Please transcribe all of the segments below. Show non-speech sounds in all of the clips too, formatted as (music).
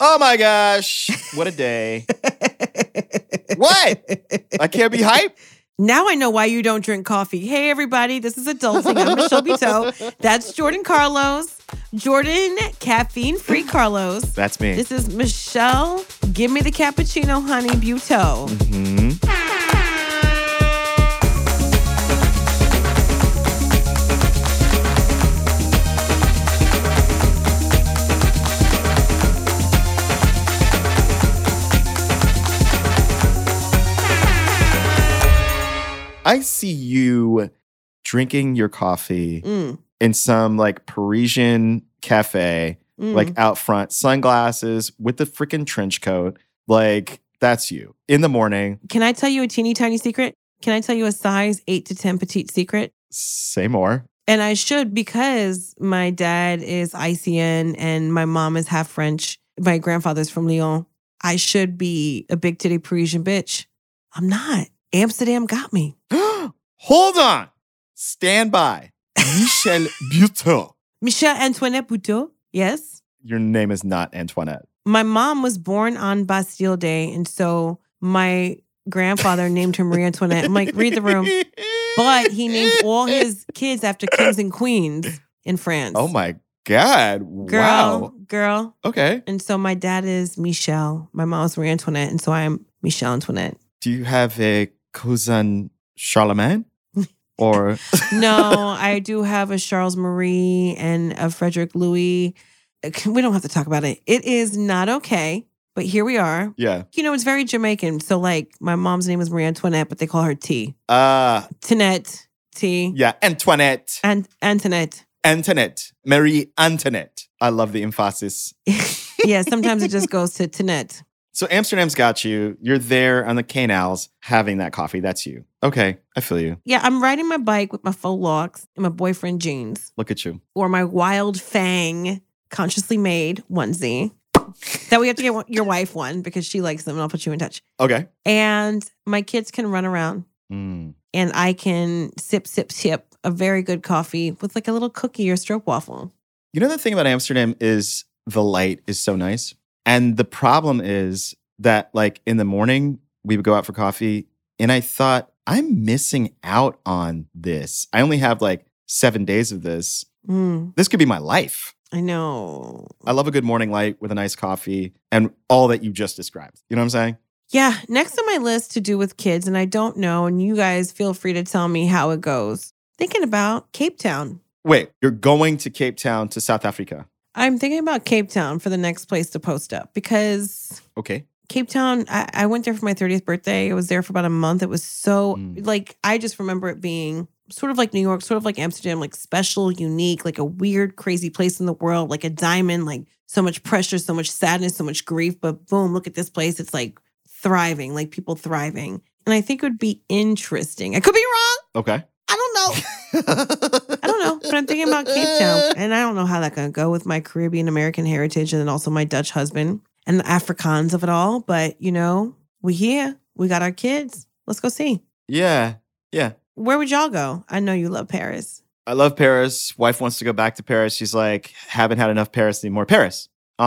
Oh my gosh, (laughs) what a day. what? I can't be hype? Now I know why you don't drink coffee. Hey, everybody, this is Adulting. I'm Michelle Buteau. That's Jordan Carlos. Jordan, caffeine free Carlos. That's me. This is Michelle. Give me the cappuccino, honey, Buteau. hmm I see you drinking your coffee Mm, in some like Parisian cafe, mm. like out front, sunglasses with the freaking trench coat. Like, that's you in the morning. Can I tell you a teeny tiny secret? Can I tell you a size 8 to 10 petite secret? Say more. (gasps) And I should because my dad is ICN and my mom is half French. My grandfather's from Lyon. I should be a big titty Parisian bitch. I'm not. Amsterdam got me. Hold on. Stand by. (laughs) Michel Buteau. Michelle Antoinette Buteau. Yes. Your name is not Antoinette. My mom was born on Bastille Day. And so my grandfather named her Marie Antoinette. I'm like, read the room. But he named (laughs) all his kids after kings and queens in France. Oh my God. Girl, Wow. girl. Okay. And so my dad is Michelle. My mom's Marie Antoinette. And so I'm Michelle Antoinette. Do you have a cousin Charlemagne? Or (laughs) No, I do have a Charles Marie and a Frederick Louis. (laughs) We don't have to talk about it. It is not okay, but here we are. yeah. You know, it's very Jamaican. So, like, my mom's name is Marie Antoinette, but they call her T. Uh Tinette, T. yeah, Antoinette. And Antoinette. Antoinette. Marie Antoinette. I love the emphasis. yeah, sometimes it just goes to Tinette. So Amsterdam's got you. You're there on the canals having that coffee. That's you. Okay. I feel you. Yeah, I'm riding my bike with my faux locks and my boyfriend jeans. Look at you. or my wild fang consciously made onesie that we have to get one- your wife one because she likes them and I'll put you in touch. Okay. And my kids can run around Mm. and I can sip, sip, sip a very good coffee with like a little cookie or stroke waffle. You know the thing about Amsterdam is the light is so nice. And the problem is that like in the morning we would go out for coffee and I thought I'm missing out on this. I only have like 7 days of this. Mm, This could be my life. I know. I love a good morning light with a nice coffee and all that you just described. You know what I'm saying? Yeah, next on my list to do with kids, and I don't know, and you guys feel free to tell me how it goes. Thinking about Cape Town. Wait, you're going to Cape Town to South Africa. I'm thinking about Cape Town for the next place to post up because Okay. Cape Town, I, I went there for my 30th birthday. I was there for about a month. It was so, Mm. like, I just remember it being sort of like New York, sort of like Amsterdam, like special, unique, like a weird, crazy place in the world, like a diamond, like so much pressure, so much sadness, so much grief. But boom, look at this place. It's like thriving, like people thriving. And I think it would be interesting. I could be wrong. Okay. I don't know. I I don't know. But I'm thinking about Cape Town. And I don't know how that's going to go with my Caribbean American heritage and then also my Dutch husband and the Afrikaans of it all. But, you know, we here. We got our kids. Let's go see. (laughs) Yeah. Yeah. Where would y'all go? I know you love Paris. I love Paris. Wife wants to go back to Paris. She's like, haven't had enough Paris anymore. Paris. Um,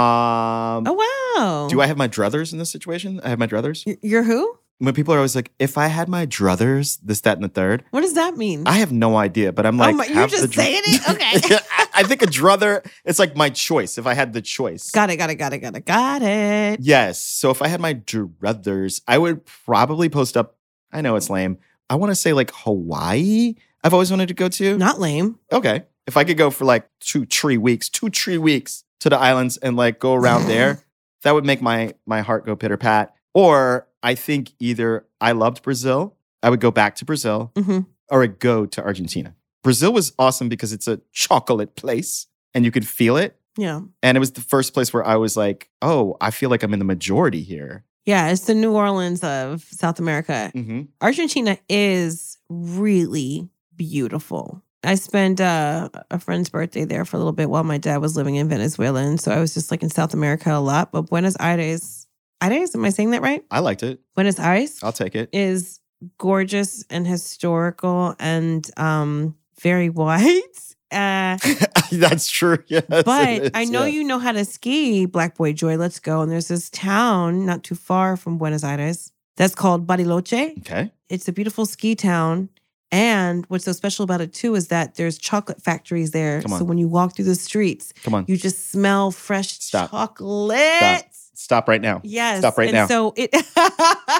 Oh, wow. Do I have my druthers in this situation? I have my druthers. Y- You're who? When people are always like, if I had my druthers, this, that, and the third, What does that mean? I have no idea, but I'm Oh like, my- you're have just the dru- saying it? (laughs) Okay. I, I think a druther, it's like my choice. If I had the choice. got it, got it, got it, got it, got it. Yes. So if I had my druthers, I would probably post up. I know it's lame. I want to say like Hawaii. I've always wanted to go to. Not lame. Okay. If I could go for like two, three weeks, two, three weeks to the islands and like (laughs) go around there, that would make my my heart go pitter pat. Or I think either I loved Brazil, I would go back to Brazil, hmm or I'd go to Argentina. Brazil was awesome because it's a chocolate place and you could feel it. Yeah. And it was the first place where I was like, oh, I feel like I'm in the majority here. Yeah. It's the New Orleans of South America. Mm-hmm. Argentina is really beautiful. I spent uh, a friend's birthday there for a little bit while my dad was living in Venezuela. And so I was just like in South America a lot. But Buenos Aires, Aires, am I saying that right? I liked it. Buenos Aires I'll take it. is gorgeous and historical and um, very (laughs) white. Uh, (laughs) That's true. Yes, it but is, I know yeah. you know how to ski, Black Boy Joy. Let's go. And there's this town not too far from Buenos Aires that's called Bariloche. Okay. It's a beautiful ski town. And what's so special about it too is that there's chocolate factories there. Come on. So when you walk through the streets, Come on. you just smell fresh Stop. chocolate. Stop right now. Yes. Stop right and now. So it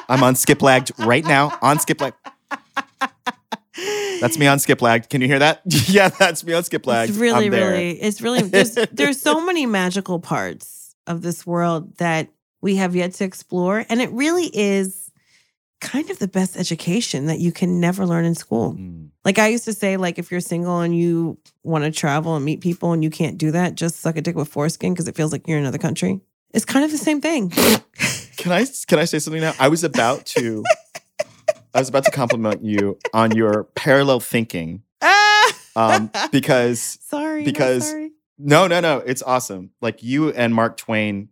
I'm on skip lagged right now. On skip lagged. (laughs) That's me on skip lagged. Can you hear that? (laughs) yeah, that's me on skip lagged. It's really, I'm there. really, it's really, (laughs) there's, there's so many magical parts of this world that we have yet to explore. And it really is kind of the best education that you can never learn in school. Mm. Like I used to say, like, if you're single and you want to travel and meet people and you can't do that, just suck a dick with foreskin because it feels like you're in another country. It's kind of the same thing. Can I can I say something now? I was about to I was about to compliment you on your parallel thinking ah! um, because Sorry. not because- sorry. No, no, no. It's awesome. Like you and Mark Twain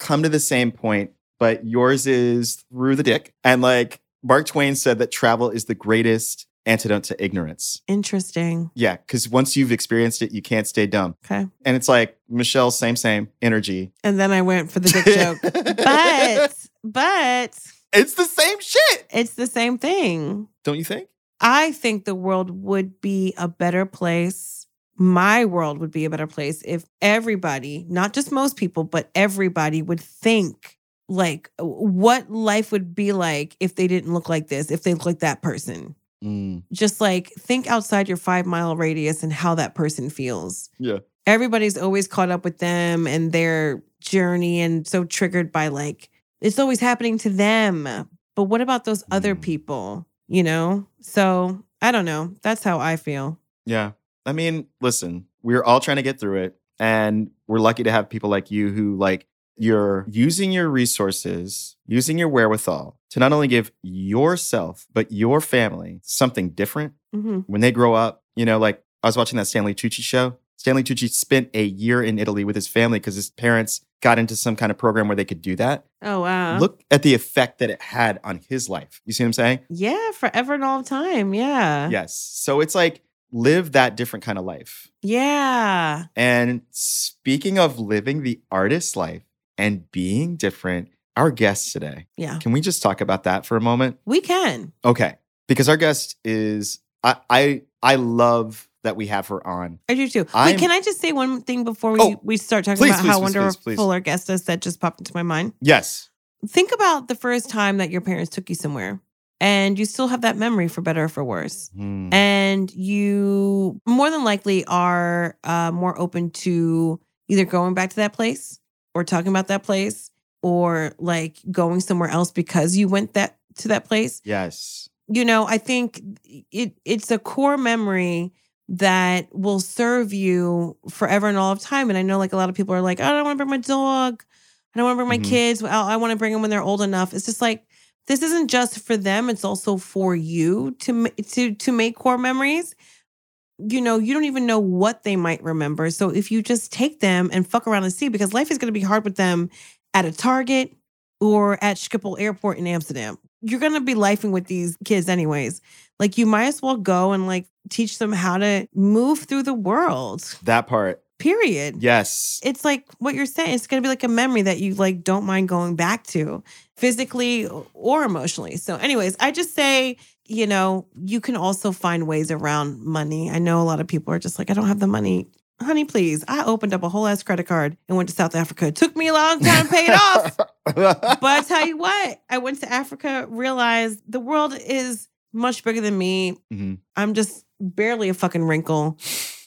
come to the same point, but yours is through the dick. And like Mark Twain said that travel is the greatest antidote to ignorance. Interesting. Yeah, because once you've experienced it, you can't stay dumb. Okay. And it's like Michelle, same, same energy. And then I went for the (laughs) dick joke. But, but it's the same shit, it's the same thing. don't you think? I think the world would be a better place. My world would be a better place if everybody, not just most people, but everybody would think like what life would be like if they didn't look like this, if they look like that person. Mm. Just like think outside your five mile radius and how that person feels. Yeah. Everybody's always caught up with them and their journey and so triggered by like, it's always happening to them. But what about those other Mm. people, you know? So I don't know. That's how I feel. Yeah. I mean, listen, we're all trying to get through it. And we're lucky to have people like you who, like, you're using your resources, using your wherewithal to not only give yourself, but your family something different hmm when they grow up. You know, like I was watching that Stanley Tucci show. Stanley Tucci spent a year in Italy with his family because his parents got into some kind of program where they could do that. Oh, wow. Look at the effect that it had on his life. You see what I'm saying? Yeah, forever and all time. Yeah. Yes. So it's like live that different kind of life. Yeah. And speaking of living the artist life and being different, our guest today, Yeah. can we just talk about that for a moment? We can. Okay. Because our guest is I I, I love that we have her on. I do too. I'm- Wait, can I just say one thing before we, Oh, we start talking please, about please, how please, please, wonderful please. our guest is that just popped into my mind? Yes. Think about the first time that your parents took you somewhere and you still have that memory for better or for worse. Hmm. and you more than likely are uh, more open to either going back to that place or talking about that place or like going somewhere else because you went that to that place yes. you know i think it it's a core memory that will serve you forever and all of time and i know like a lot of people are like oh, i don't want to bring my dog i don't want to bring my Mhm. kids well i want to bring them when they're old enough it's just like this isn't just for them it's also for you to ma- to to make core memories you know you don't even know what they might remember so if you just take them and fuck around and see because life is going to be hard with them at a target or at Schiphol Airport in Amsterdam. You're gonna be lifing with these kids anyways. Like you might as well go and like teach them how to move through the world. That part. Period. Yes. It's like what you're saying. It's gonna be like a memory that you like don't mind going back to, physically or emotionally. So, anyways, I just say. You know, you can also find ways around money. I know a lot of people are just like, I don't have the money. Honey, please. I opened up a whole ass credit card and went to South Africa. It took me a long time to pay it off (laughs) but I tell you what, I went to Africa, realized the world is much bigger than me. Mhm. I'm just barely a fucking wrinkle.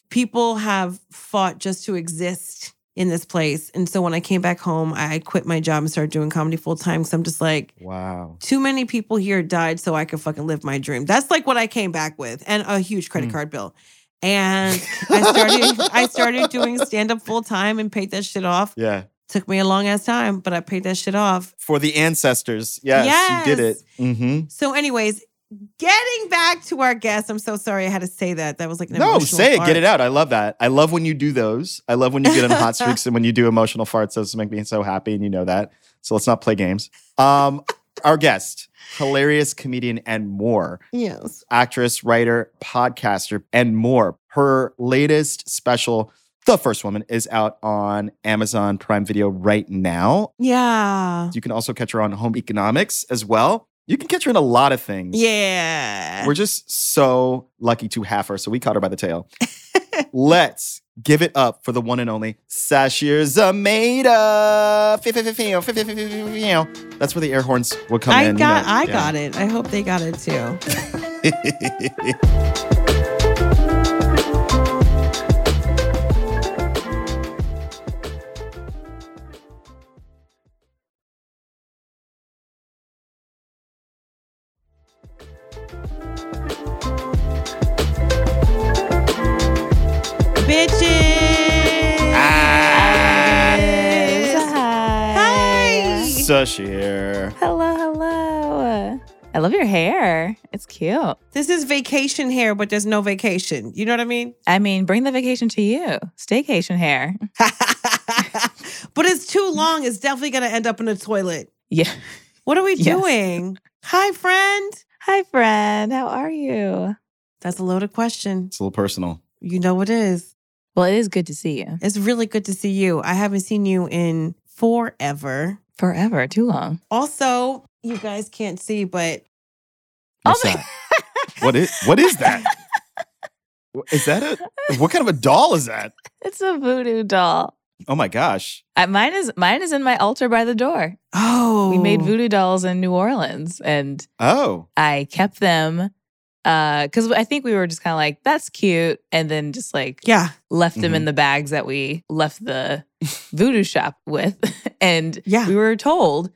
People have fought just to exist in this place. And so when I came back home, I quit my job and started doing comedy full time. So I'm just like, Wow. too many people here died so I could fucking live my dream. That's like what I came back with and a huge credit Mm. card bill. And I started (laughs) I started doing stand up full time and paid that shit off. (laughs) Yeah. Took me a long ass time, but I paid that shit off. For the ancestors. Yes, you did Yes. it. hmm So, anyways, getting back to our guest, I'm so sorry I had to say that. That was like an No, emotional say it, fart. get it out. I love that. I love when you do those. I love when you get on (laughs) hot streaks and when you do emotional farts. Those make me so happy, and you know that. So let's not play games. Um, (laughs) our guest, hilarious comedian and more, Yes. actress, writer, podcaster, and more. Her latest special, The First Woman, is out on Amazon Prime Video right now. Yeah. You can also catch her on Home Economics as well. You can catch her in a lot of things. Yeah. We're just so lucky to have her. So we caught her by the tail. (laughs) Let's give it up for the one and only Sashir Zameda. Few, few, few, few, few, few, few, few, few, few. That's where the air horns will come I in. got I got it. I hope they got it too. (laughs) it. Bitches. Ah. Hi. Sashir. Hello, hello. I love your hair. It's cute. This is vacation hair, but there's no vacation. You know what I mean? (laughs) I mean, bring the vacation to you. Staycation hair. (laughs) but it's too long. It's definitely gonna end up in the toilet. Yeah. What are we Yes. doing? Hi, friend. Hi, friend. How are you? That's a loaded question. It's a little personal. You know it is. Well, it is good to see you. It's really good to see you. I haven't seen you in forever. Forever, too long. Also, you guys can't see, but Oh What's my- that? What is what is that? Is that a what kind of a doll is that? (laughs) It's a voodoo doll. Oh my gosh. Uh, mine is mine is in my altar by the door. oh, We made voodoo dolls in New Orleans, and Oh. I kept them because I think we were just kind of like, "That's cute," and then just like Yeah, left them in the bags that we left the voodoo shop with. (laughs) and yeah. we were told,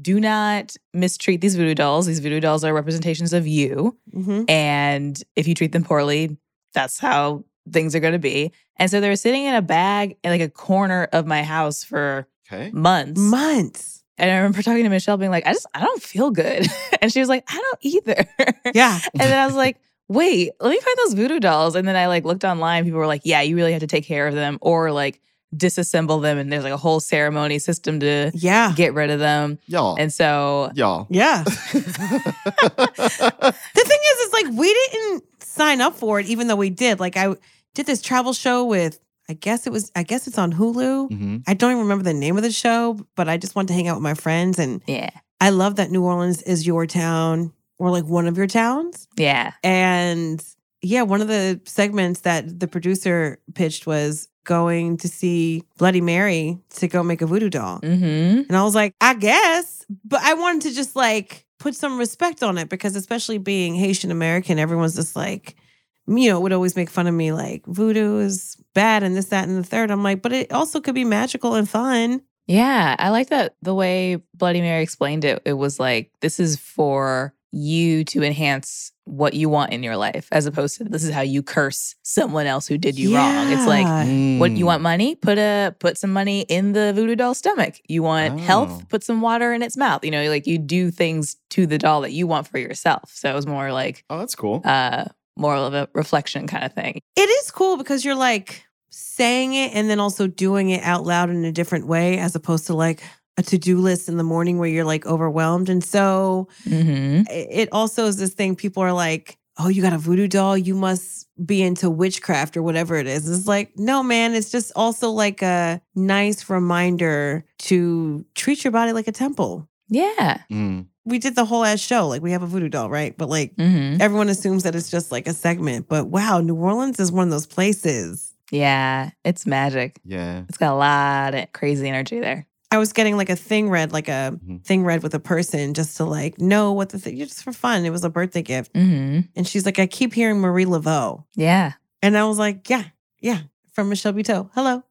do not mistreat these voodoo dolls. These voodoo dolls are representations of you. Mhm. And if you treat them poorly, that's how things are going to be. And so they were sitting in a bag in like a corner of my house for Okay. months. Months. and I remember talking to Michelle being like, I just, I don't feel good. (laughs) and she was like, I don't either. (laughs) Yeah. And then I was like, wait, let me find those voodoo dolls. And then I like looked online. People were like, yeah, you really have to take care of them or like disassemble them. And there's like a whole ceremony system to Yeah. get rid of them. Y'all. And so, (laughs) y'all. (laughs) Mm-hmm. Yeah. The thing is, is like we didn't sign up for it, even though we did. Like I did this travel show with, I guess it was, I guess it's on Mm-hmm. Hulu. hmm I don't even remember the name of the show, but I just wanted to hang out with my friends. And yeah, I love that New Orleans is your town or like one of your towns. yeah. And yeah, one of the segments that the producer pitched was going to see Bloody Mary to go make a voodoo doll. Mm-hmm. And I was like, I guess, but I wanted to just like put some respect on it because, especially being Haitian American, everyone's just like, you know, would always make fun of me like voodoo is bad and this, that, and the third. I'm like, but it also could be magical and fun. Yeah. I like that the way Bloody Mary explained it. It was like, this is for you to enhance what you want in your life, as opposed to this is how you curse someone else who did you wrong. It's like, Yeah. What Mm. you want money? Put a put some money in the voodoo doll's stomach. You want Oh. health? Put some water in its mouth. You know, like you do things to the doll that you want for yourself. So it was more like Oh, that's cool. uh more of a reflection kind of thing. it is cool because you're like saying it and then also doing it out loud in a different way as opposed to like a to do list in the morning where you're like overwhelmed. And so, Mm-hmm. it it also is this thing people are like, oh, you got a voodoo doll, you must be into witchcraft or whatever it is. It's like, no, man, it's just also like a nice reminder to treat your body like a temple. Yeah. Mm. We did the whole ass show, like we have a voodoo doll, right? But like Mm-hmm. everyone assumes that it's just like a segment. But wow, New Orleans is one of those places. Yeah. It's magic. Yeah. It's got a lot of crazy energy there. I was getting like a thing read, like a Mhm. thing read with a person just to like know what the thing, just for fun. It was a birthday gift. Mm-hmm. And she's like, I keep hearing Marie Laveau. Yeah. And I was like, yeah, yeah, from Michelle Buteau. Hello.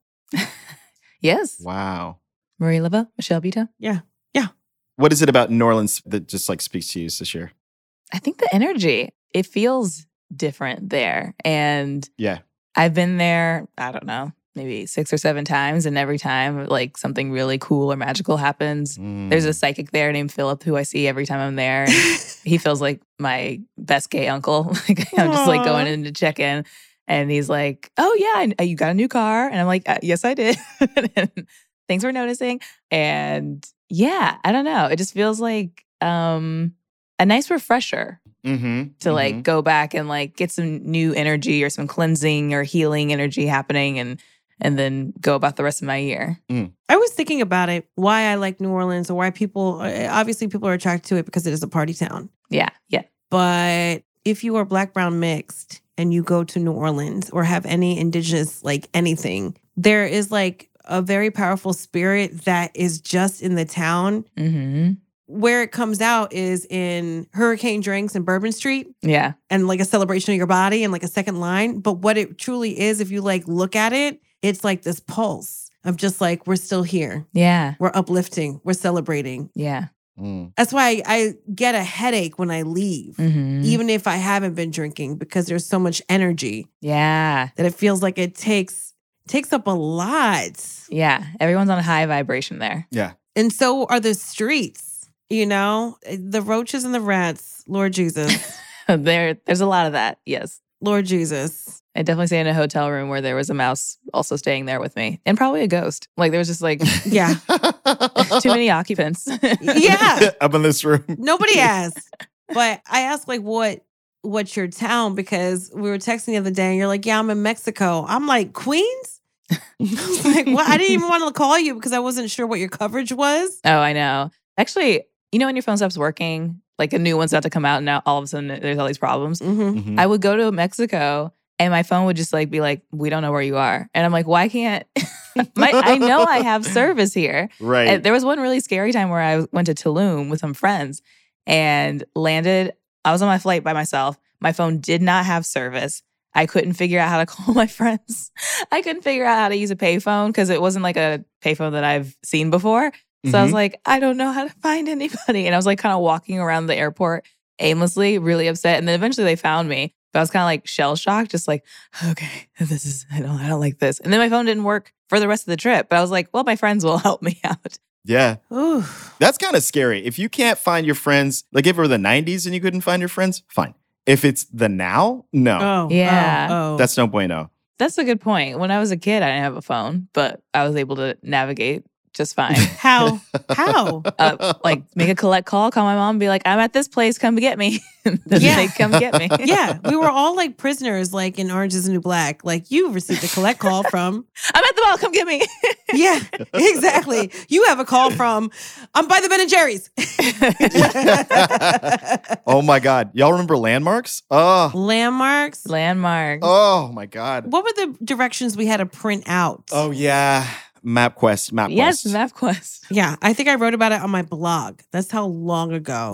Yes. Wow. Marie Laveau, Michelle Buteau. What is it about New Orleans that just like speaks to you this year? I think the energy, it feels different there. And Yeah. I've been there, I don't know, maybe six or seven times. And every time, like something really cool or magical happens. There's Mm. a psychic there named Philip who I see every time I'm there. (laughs) And he feels like my best gay uncle. (laughs) Like I'm just like Aw. going in to check in, and he's like, "Oh yeah, and you got a new car?" And I'm like, uh, "Yes, I did." (laughs) and things were noticing, and yeah, I don't know. It just feels like um, a nice refresher mm-hmm, to like go back and like get some new energy or some cleansing or healing energy happening, and and then go about the rest of my year. I was thinking about it, why I like New Orleans or why people uh, obviously people are attracted to it because it is a party town. Yeah, yeah, But if you are black brown mixed and you go to New Orleans or have any indigenous like anything, there is like a very powerful spirit that is just in the town. hmm Where it comes out is in hurricane drinks and Bourbon Street yeah, and like a celebration of your body and like a second line. But what it truly is, if you like look at it, it's like this pulse of just like, we're still here. yeah, We're uplifting. We're celebrating. yeah. Mm. That's why I, I get a headache when I leave, hmm even if I haven't been drinking, because there's so much energy Yeah. that it feels like it takes takes up a lot. Yeah. Everyone's on a high vibration there. (laughs) Yeah. And so are the streets, you know? The roaches and the rats, Lord Jesus, there there's a lot of that. Yes. Lord Jesus. I definitely stayed in a hotel room where there was a mouse also staying there with me and probably a ghost. Like there was just (laughs) like Yeah. too many occupants. (laughs) Yeah. (laughs) Up in this room. (laughs) Nobody asked. But I asked like what what's your town because we were texting the other day and you're like, Yeah, I'm in Mexico. I'm like, (laughs) Queens? I was like, what? I didn't even want to call you because I wasn't sure what your coverage was. Oh, I know. Actually, you know when your phone stops working, like a new one's about to come out and now all of a sudden uh, there's all these problems. Mm-hmm. Mhm. I would go to Mexico and my phone would just like be like, We don't know where you are. And I'm like, why can't (laughs) my, I know I have service here. right. And there was one really scary time where I went to Tulum with some friends and landed. I was on my flight by myself. My phone did not have service. I couldn't figure out how to (laughs) call my friends. I couldn't figure out how to use a payphone because it wasn't like a payphone that I've seen before. So I was Mm-hmm. Mhm. like, I don't know how to find anybody. And I was like kind of walking around the airport aimlessly, really upset. And then eventually they found me. But I was kind of like shell shocked, just like, okay, (laughs) this is I don't I don't like this. And then my phone didn't work for the rest of the trip. But I was like, well, my friends will (laughs) help me out. yeah. Ooh. That's kind of scary. If you can't find your friends, like if it were the 90s and you couldn't find your friends, fine. If it's the now, no. Oh, Yeah. Oh, oh. That's no bueno. That's a good point. When I was a kid, I didn't have a phone, but I was able to navigate just fine. (laughs) how how Uh, like make a collect call, call my mom, be like, "I'm at this place, come get me." (laughs) And then Yeah. they come get me. (laughs) yeah we were all like prisoners like in orange is the new black like you received a collect call from (laughs) I'm at the mall, come get me. (laughs) (laughs) yeah (laughs) exactly you have a call from i'm by the ben and jerry's (laughs) oh my God. Y'all remember landmarks? Oh, landmarks Landmark. oh my God. what were the directions we had to print out Oh yeah. MapQuest. MapQuest. yes, MapQuest. yeah i think i wrote about it on my blog that's how long ago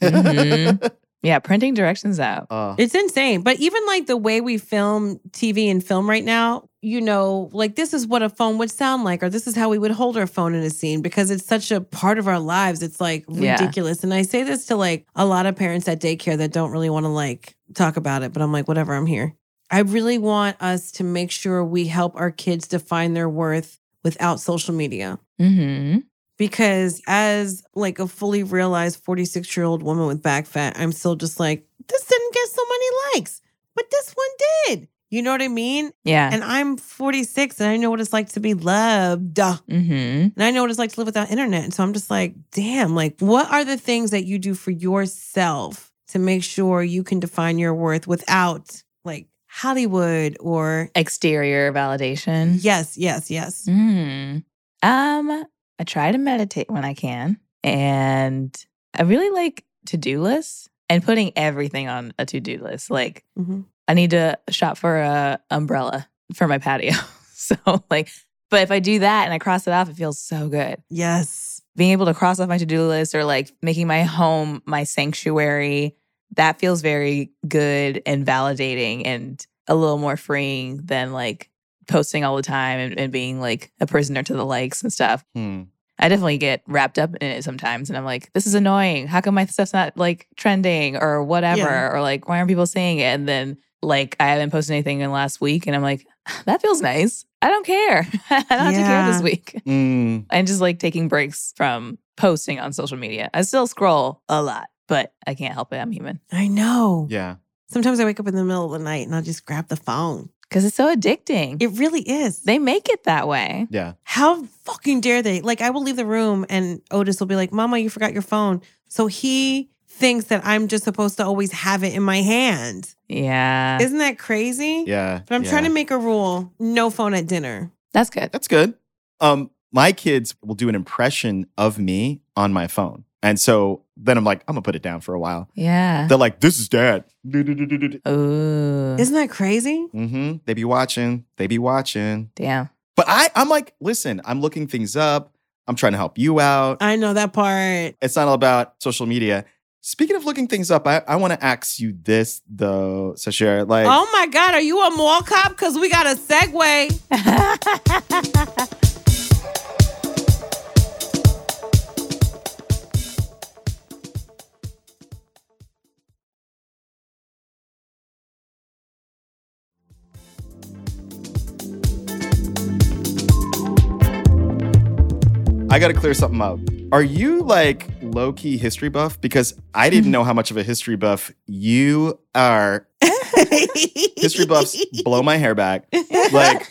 Mhm. (laughs) Yeah, printing directions out. Oh. It's insane. But even like the way we film TV and film right now, you know, like this is what a phone would sound like, or this is how we would hold our phone in a scene because it's such a part of our lives. It's like Yeah. ridiculous. And I say this to like a lot of parents at daycare that don't really want to like talk about it, but I'm like, whatever, I'm here. I really want us to make sure we help our kids define their worth without social media hmm because as like a fully realized 46 year old woman with back fat i'm still just like this didn't get so many likes but this one did you know what i mean Yeah. and i'm 46 and i know what it's like to be loved and hmm i know what it's like to live without internet and so i'm just like damn like what are the things that you do for yourself to make sure you can define your worth without like hollywood or Exterior validation. yes yes yes Mm. Um, I try to meditate when I can, and I really like to-do lists and putting everything on a to-do list. Like Mhm. I need to shop for a umbrella for my patio. (laughs) so like, but if I do that and I cross it off, it feels so good. yes Being able to cross off my to-do list or like making my home my sanctuary, that feels very good and validating and a little more freeing than like posting all the time and, and being like a prisoner to the likes and stuff. Hmm. I definitely get wrapped up in it sometimes. And I'm like, this is annoying. How come my stuff's not like trending or whatever? Yeah. Or like, why aren't people seeing it? And then like, I haven't posted anything in the last week. And I'm like, that feels nice. I don't care. (laughs) I don't have to care Yeah. this week. Mm. And just like taking breaks from posting on social media. I still scroll a lot, but I can't help it. I'm human I know. Yeah. Sometimes I wake up in the middle of the night and I'll just grab the phone. because it's so addicting. It really is. they make it that way. Yeah. How fucking dare they? Like, I will leave the room and Otis will be like, Mama, you forgot your phone. So he thinks that I'm just supposed to always have it in my hand. Yeah. Isn't that crazy? Yeah. But I'm yeah. trying to make a rule no phone at dinner. That's good. That's good. Um, my kids will do an impression of me on my phone. And so then I'm like, I'm gonna put it down for a Uh-huh. while. Yeah. They're like, this is dad. Mm-hmm. Ooh. Isn't that crazy? They be watching. They be watching. (laughs) Damn. But I, I'm like, listen, I'm looking things up. I'm trying to help you out. I know that part. It's not all about social media. Speaking of looking things up, I, I want to ask you this though, Sashir. Like, Oh my God, are you a mall cop? Because we got a segue. I got to clear something up. Are you like low key history buff? Because I didn't know how much of a history buff you are. History buffs (laughs) blow my hair back. Like,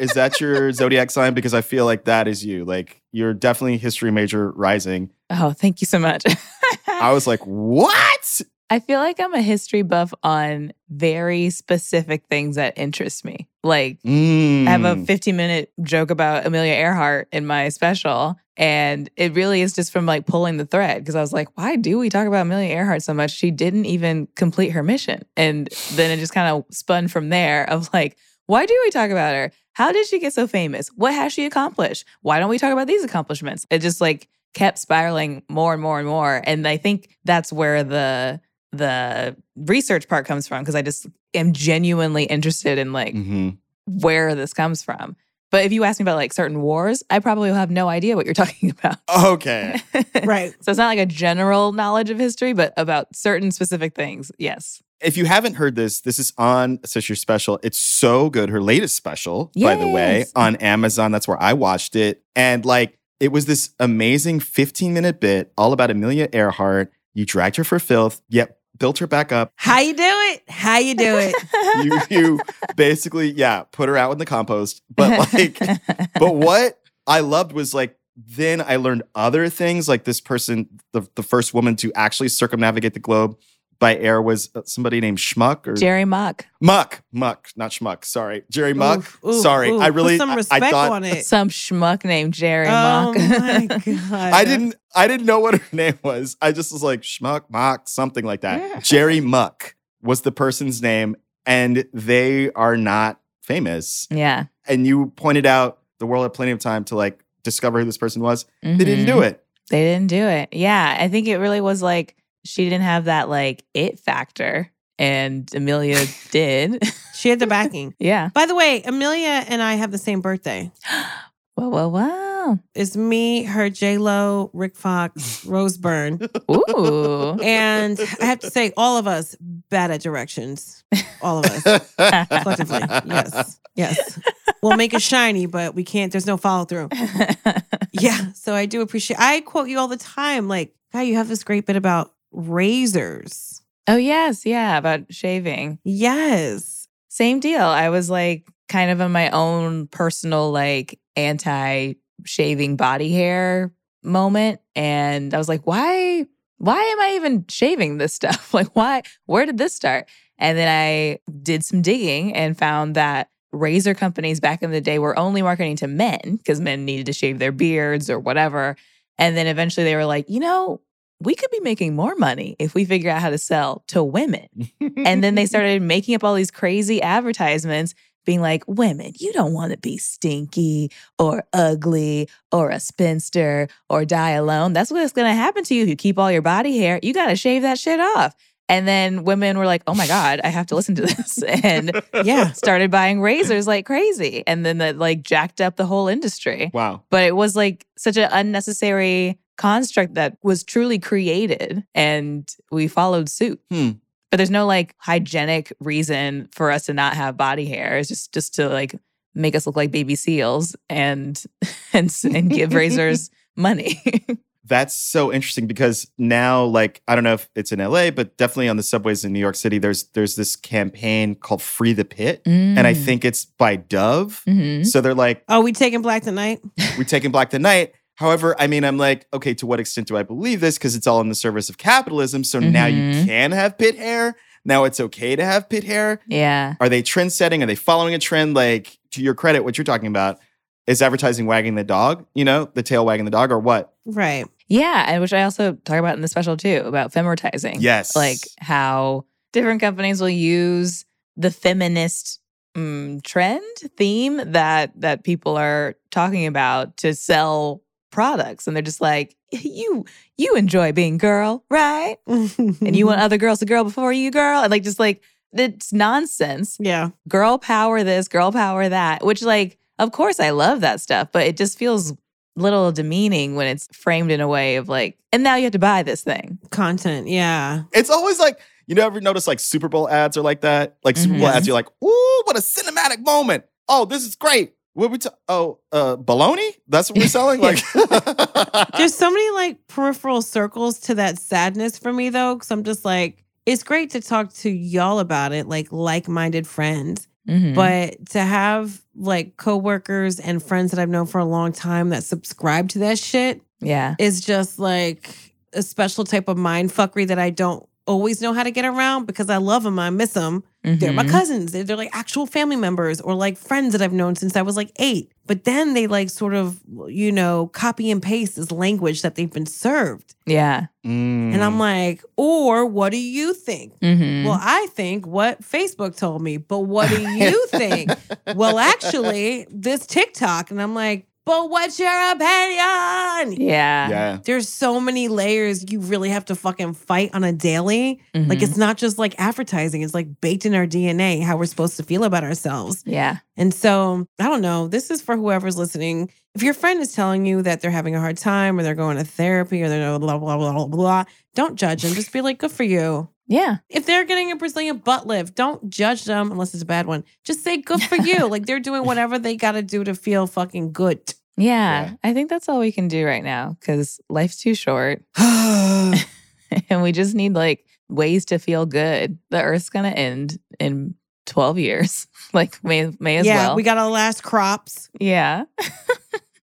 is that your zodiac sign? Because I feel like that is you. Like, you're definitely history major rising. oh, thank you so much. (laughs) I was like, what? I feel like I'm a history buff on very specific things that interest me. Like I have a Mm. 15 minute joke about Amelia Earhart in my special. And it really is just from like pulling the thread because I was like, why do we talk about Amelia Earhart so much? She didn't even complete her mission. And then it just kind of spun from there of like, why do we talk about her? How did she get so famous? What has she accomplished? Why don't we talk about these accomplishments? It just like kept spiraling more and more and more. And I think that's where the the research part comes from because I just am genuinely interested in like Mhm. where this comes from. But if you ask me about like certain wars, I probably will have no idea what you're (laughs) talking about. Oh, Okay. (laughs) right. So it's not like a general knowledge of history, but about certain specific things. Yes. if you haven't heard this, this is on Sister Special. It's so good. Her latest special, by the way, Yes. on Amazon. That's where I watched it. And like, it was this amazing 15 minute bit all about Amelia Earhart. You dragged her for filth, yet built her back up. How you do it? How you do it? (laughs) You, you basically, yeah, put her out in the compost. But like, but what I loved was like, then I learned other things. Like this person, the, the first woman to actually circumnavigate the globe by air was uh, somebody named Schmuck or (laughs) Jerry Mock, Muck, Muck, not Schmuck. Sorry, Jerry Muck. Oof, oof, Sorry, oof. I really- Put some I- I respect thought- on it. some schmuck named Jerry Oh Mock. (laughs) my god! I didn't, I didn't know what her (laughs) name was. I just was like Schmuck, Muck, something like Yeah. that. Jerry Muck was the person's name, and they are not famous. yeah. And you pointed out the world had plenty of time to like discover who this person was. They didn't Mm-hmm. Mhm. do it. (laughs) They didn't do it. Yeah. I think it really was like she didn't have that like it factor. And (laughs) Amelia did. (laughs) She had the backing. Yeah. By the way, Amelia and I have the same birthday. Wow, wow, (laughs) wow. It's me, her, J Lo, Rick Fox, Rose Byrne, Ooh. (laughs) and I have to say, all of us bad at directions. All of us collectively. (laughs) Yes, yes. We'll make it shiny, but we can't. There's no follow through. Yeah. So I do appreciate. I quote you all the time. Like, God, you have this great bit about razors. oh, yes. Yeah. About shaving. Yes. Same deal. I was like kind of in my own personal, like anti shaving body hair moment. And I was like, why? Why am I even shaving this stuff? (laughs) Like, why? Where did this start? And then I did some digging and found that razor companies back in the day were only marketing to men because men needed to shave their beards or whatever. And then eventually they were like, you know, we could be making more money if we figure out how to sell to women. And then they started making up all these crazy advertisements being like, women, you don't want to be stinky or ugly or a spinster or die alone. That's what's going to happen to you if you keep all your body hair. You got to shave that shit off. And then women were like, oh my God, I have to listen to this. (laughs) And Yeah. started buying razors like crazy. And then that like jacked up the whole industry. Wow. But it was like such an unnecessary construct that was truly created and we followed suit. Hmm. But there's no like hygienic reason for us to not have body hair. It's just just to like make us look like baby seals and (laughs) and s- and give (laughs) razors money. That's so interesting because now, like, I don't know if it's in LA, but definitely on the subways in New York City, there's there's this campaign called Free the Pit. And Mm. I think it's by Dove. Mhm. So they're like, Oh, we taking black tonight? we taking black the night. However, I mean, I'm like, okay, to what extent do I believe this? Because it's all in the service of capitalism. So now you Mhm. can have pit hair. Now it's okay to have pit hair. yeah. Are they trend setting? Are they following a trend? Like, to your credit, what you're talking about is advertising wagging the dog, you know, the tail wagging the dog or what? Right. Yeah, and which I also talk about in the special too about femertizing. Yes. like how different companies will use the feminist mm, trend theme that that people are talking about to sell products and they're just like (laughs) you you enjoy being girl right and and you want other girls to girl before you girl and like just like it's nonsense (laughs) Yeah. girl power this girl power that which like of course i love that stuff but it just feels little demeaning when it's framed in a way of like and now you have to buy this thing Content. Yeah. It's always like, you know, ever notice like Super Bowl ads are like that? Like Super Bowl Mhm. Mm-hmm. ads, you're like, ooh, what a cinematic moment. Oh, this is great. What we t- oh, uh, baloney? That's what we're (laughs) selling? Like, Uh, (laughs) There's so many like peripheral circles to that sadness for me though, because I'm just like, it's great to talk to y'all about it, like like-minded friends. Mhm. But to have like coworkers and friends that I've known for a long time that subscribe to that shit yeah is just like a special type of mind fuckery that I don't always know how to get around because I love them, I miss them. They're my Mhm. cousins. They're, they're like actual family members or like friends that I've known since I was like eight. But then they like sort of, you know, copy and paste this language that they've been served. Yeah. Mm, And I'm like, or what do you think? Mm. Mm-hmm. Well, I think what Facebook told me, but what do you think? well, actually, this TikTok. And I'm like, but what's your opinion? yeah. yeah. There's so many layers you really have to fucking fight on a daily. Like Mhm. it's not just like advertising, it's like baked in our DNA how we're supposed to feel about ourselves. yeah. And so, I don't know, this is for whoever's listening. If your friend is telling you that they're having a hard time or they're going to therapy or they're blah blah blah blah blah, don't judge them. Just be like good for you. Yeah. If they're getting a Brazilian butt lift, don't judge them unless it's a bad one. Just say good (laughs) for you. like they're doing whatever they got to do to feel fucking good. Yeah. Yeah. I think that's all we can do right now because life's too short (laughs) and we just need like ways to feel good. The earth's going to end in 12 years. (laughs) like, may, may as yeah, well. we got our last crops. yeah.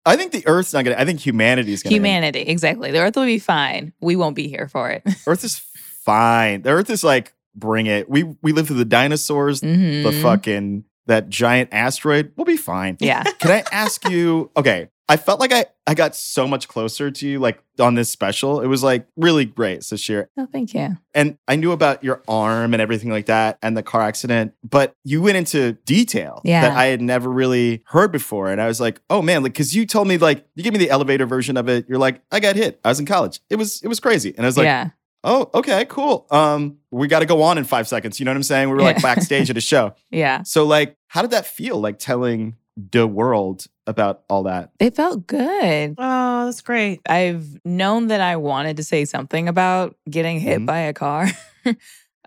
I think the Earth's not gonna. I think humanity's gonna. end. Humanity. Exactly. The earth will be fine. We won't be here for it. (laughs) Earth is fine. The Earth is like, bring it. We we lived through the dinosaurs. The Mm-hmm. Mhm. fucking that giant asteroid. We'll be fine. (laughs) Yeah. Can I ask you? (laughs) Okay, I felt like I I got so much closer to you like on this special. It was like really great, Sashir. No, thank you. And I knew about your arm and everything like that and the car accident, but you went into detail Yeah. that I had never really heard before. And I was like, oh man, like, cause you told me like, you gave me the elevator version of it. You're like, I got hit. I was in college. It was, it was crazy. And I was like, yeah. oh, okay, cool. Um, we got to go on in five seconds. You know what I'm saying? We were like Yeah. (laughs) backstage at a show. Yeah. So like, how did that feel? Like telling the world about all that? It felt good. Oh, that's great. I've known that I wanted to say something about getting hit Mhm. by a car (laughs)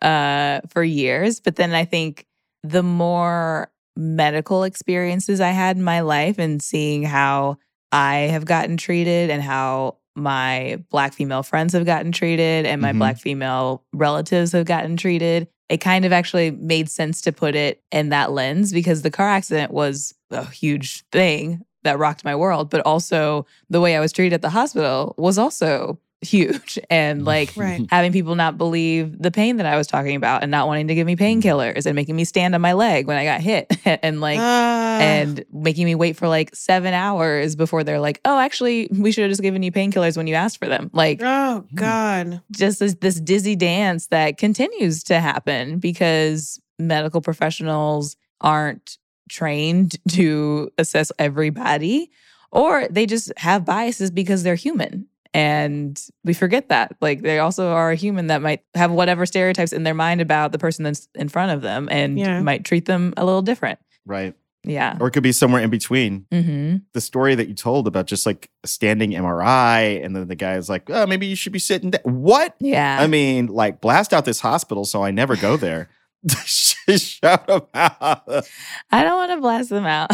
uh, for years. But then I think the more medical experiences I had in my life and seeing how I have gotten treated and how my black female friends have gotten treated and my Mhm. black female relatives have gotten treated. It kind of actually made sense to put it in that lens because the car accident was a huge thing that rocked my world, but also the way I was treated at the hospital was also huge. (laughs) And like Right. having people not believe the pain that I was talking about and not wanting to give me painkillers and making me stand on my leg when I got hit (laughs) and (laughs) like Ah. and making me wait for like seven hours before they're like, oh, actually, we should have just given you painkillers when you asked for them. Like oh Hmm. god just this, this dizzy dance that continues to happen because medical professionals aren't trained (laughs) to assess everybody or they just have biases because they're human And we forget that. Like they also are a human that might have whatever stereotypes in their mind about the person that's in front of them and Yeah. might treat them a little different. Right. Yeah. Or it could be somewhere in between. hmm The story that you told about just like a standing MRI, and then the guy is like, oh, maybe you should be sitting down. What? Yeah. I mean, like, blast out this hospital so I never go there. (laughs) Just Shout 'em out. I don't want to blast them out,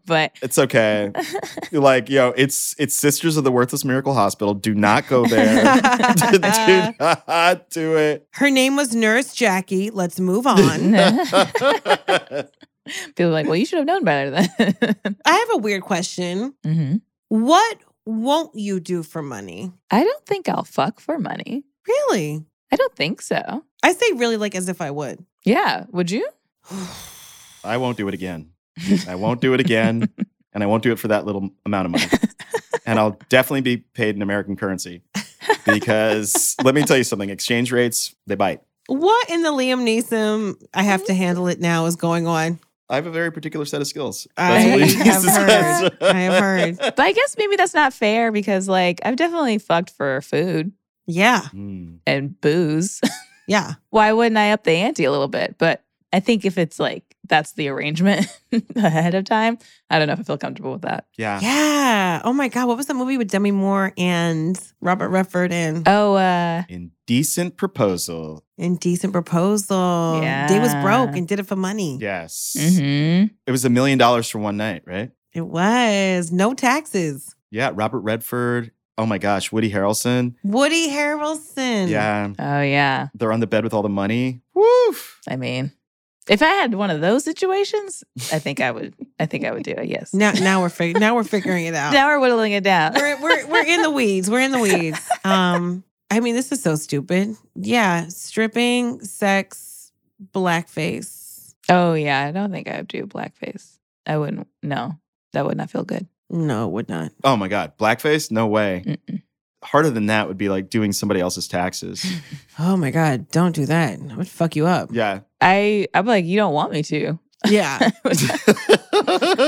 (laughs) but (laughs) It's okay. like, yo, it's it's Sisters of the Worthless Miracle Hospital. Do not (laughs) go (laughs) there. (laughs) do not do it. Uh, Her name was Nurse Jackie. Let's (laughs) move on. people are like, well, you should have known better then. (laughs) I have a weird question. hmm What won't you do for money? I don't think I'll fuck for money. Really? I don't think so. I say really like as if I would. (sighs) Yeah. Would you? (laughs) I won't do it again. I won't do it (laughs) again. and I won't do it for that little amount of money. and I'll definitely be paid in American currency (laughs) because let me tell you something exchange rates, they bite. what in the Liam Neeson, I have to handle it now is going on? I have a very particular set of skills. I That's what have Jesus heard. says. I have (laughs) heard. But I guess maybe that's not fair because, like, I've definitely fucked for food Yeah. Hmm. and booze. (laughs) Yeah. Why wouldn't I up the ante a little bit? But I think if it's like that's the arrangement (laughs) ahead of time, I don't know if I feel comfortable with that. Yeah. Yeah. Oh my God. What was that movie with Demi Moore and Robert Redford and Oh, uh, Indecent proposal. Indecent Proposal? They was Yeah. broke and did it for money. Yes. Mm-hmm. mhm. It was a million dollars for one night, right? It was. No taxes. Yeah. Robert Redford. Oh my gosh. Woody Harrelson. Woody Harrelson. Yeah. oh, yeah. They're on the bed with all the money. Woof. I mean, if I had one of those situations, I think I would. I think I would do it. Yes. Now, now we're fig- now we're figuring it (laughs) out. Now we're whittling it down. we're, we're we're in the weeds. We're in the weeds. Um, I mean, this is so stupid. Yeah, stripping, sex, blackface. oh yeah, I don't think I would do blackface. I wouldn't. No, that would not feel good. No, it would not. Oh my God. Blackface? No way. Mm-mm. Harder than that would be like doing somebody else's taxes. Oh my god, don't do that. I would fuck you up. Yeah. (laughs) I I'm like, you don't want me to. Yeah, (laughs)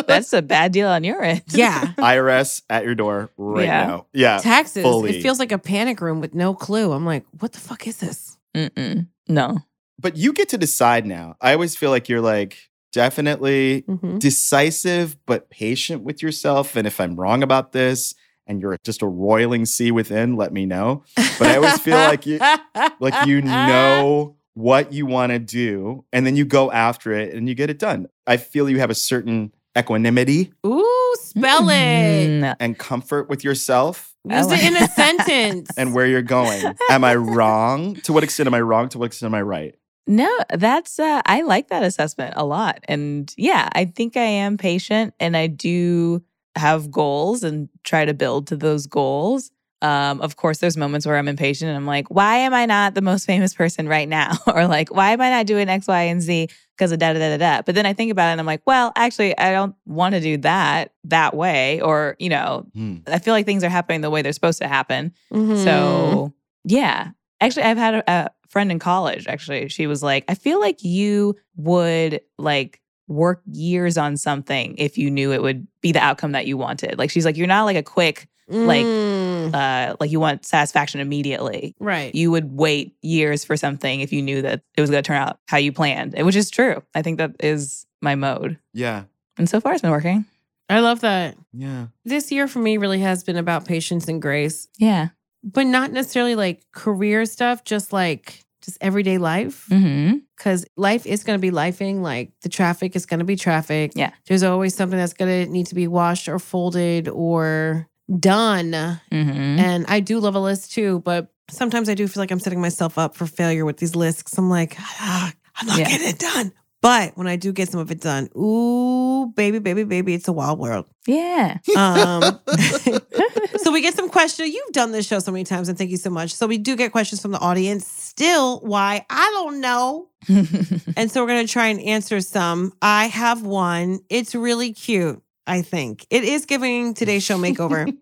That's a bad deal on your end. yeah. IRS at your door right Yeah. now. Yeah. Taxes. fully. It feels like a panic room with no clue. I'm like, what the fuck is this? (laughs) Mm-mm. No. But you get to decide now. I always feel like you're like definitely Mm-hmm. Mhm. decisive but patient with yourself. And if I'm wrong about this and you're just a roiling sea within, let me know. But I always feel like you- Like (laughs) you know what you want to do, and then you go after it and you get it done. I feel you have a certain equanimity Ooh, spell (laughs) it. Mm, and comfort with yourself Use it in a sentence. and where you're going. Am (laughs) I wrong? To what extent am I wrong? To what extent am I right? No, that's uh I like that assessment a lot. And yeah, I think I am patient and I do have goals and try to build to those goals. Um, of course, there's moments where I'm impatient and I'm like, why am I not the most (laughs) famous person right now? (laughs) or like, why am I not doing X, Y, and Z because of da da da da da? But then I think about it and I'm like, well, actually, I don't want to do that that way. Or, you know, Hmm. I feel like things are happening the way they're supposed to happen. Mhm. So yeah, actually, I've had a, a friend in college. Actually, she was like, "I feel like you would like work years on something if you knew it would be the outcome that you wanted." Like she's like, "You're not like a quick like- Mm. uh, like you want satisfaction immediately." right. You would wait years for something if you knew that it was going to turn out how you planned, which is true. I think that is my mode. Yeah. And so far, it's been working. I love that. Yeah. This year for me really has been about patience and grace, Yeah. but not necessarily like career stuff, just like just everyday life. Mm-hmm. Cause life is gonna be lifing. Like the traffic is gonna be traffic. Yeah. There's always something that's gonna need to be washed or folded or done. Mm-hmm. And I do love a list too, but sometimes I do feel like I'm setting myself up for failure with these lists. 'cause I'm like, ah, I'm not Yeah. getting it done. But when I do get some of it done, ooh, baby, baby, baby, it's a wild world. (laughs) Yeah. Um, (laughs) so we get some questions. You've done this show so many times, and thank you so much. So we do get questions from the audience. Still, why I don't know. Mm-hmm. And so we're gonna try and answer some. I have one. It's really cute. I think it is giving today's show (laughs) makeover.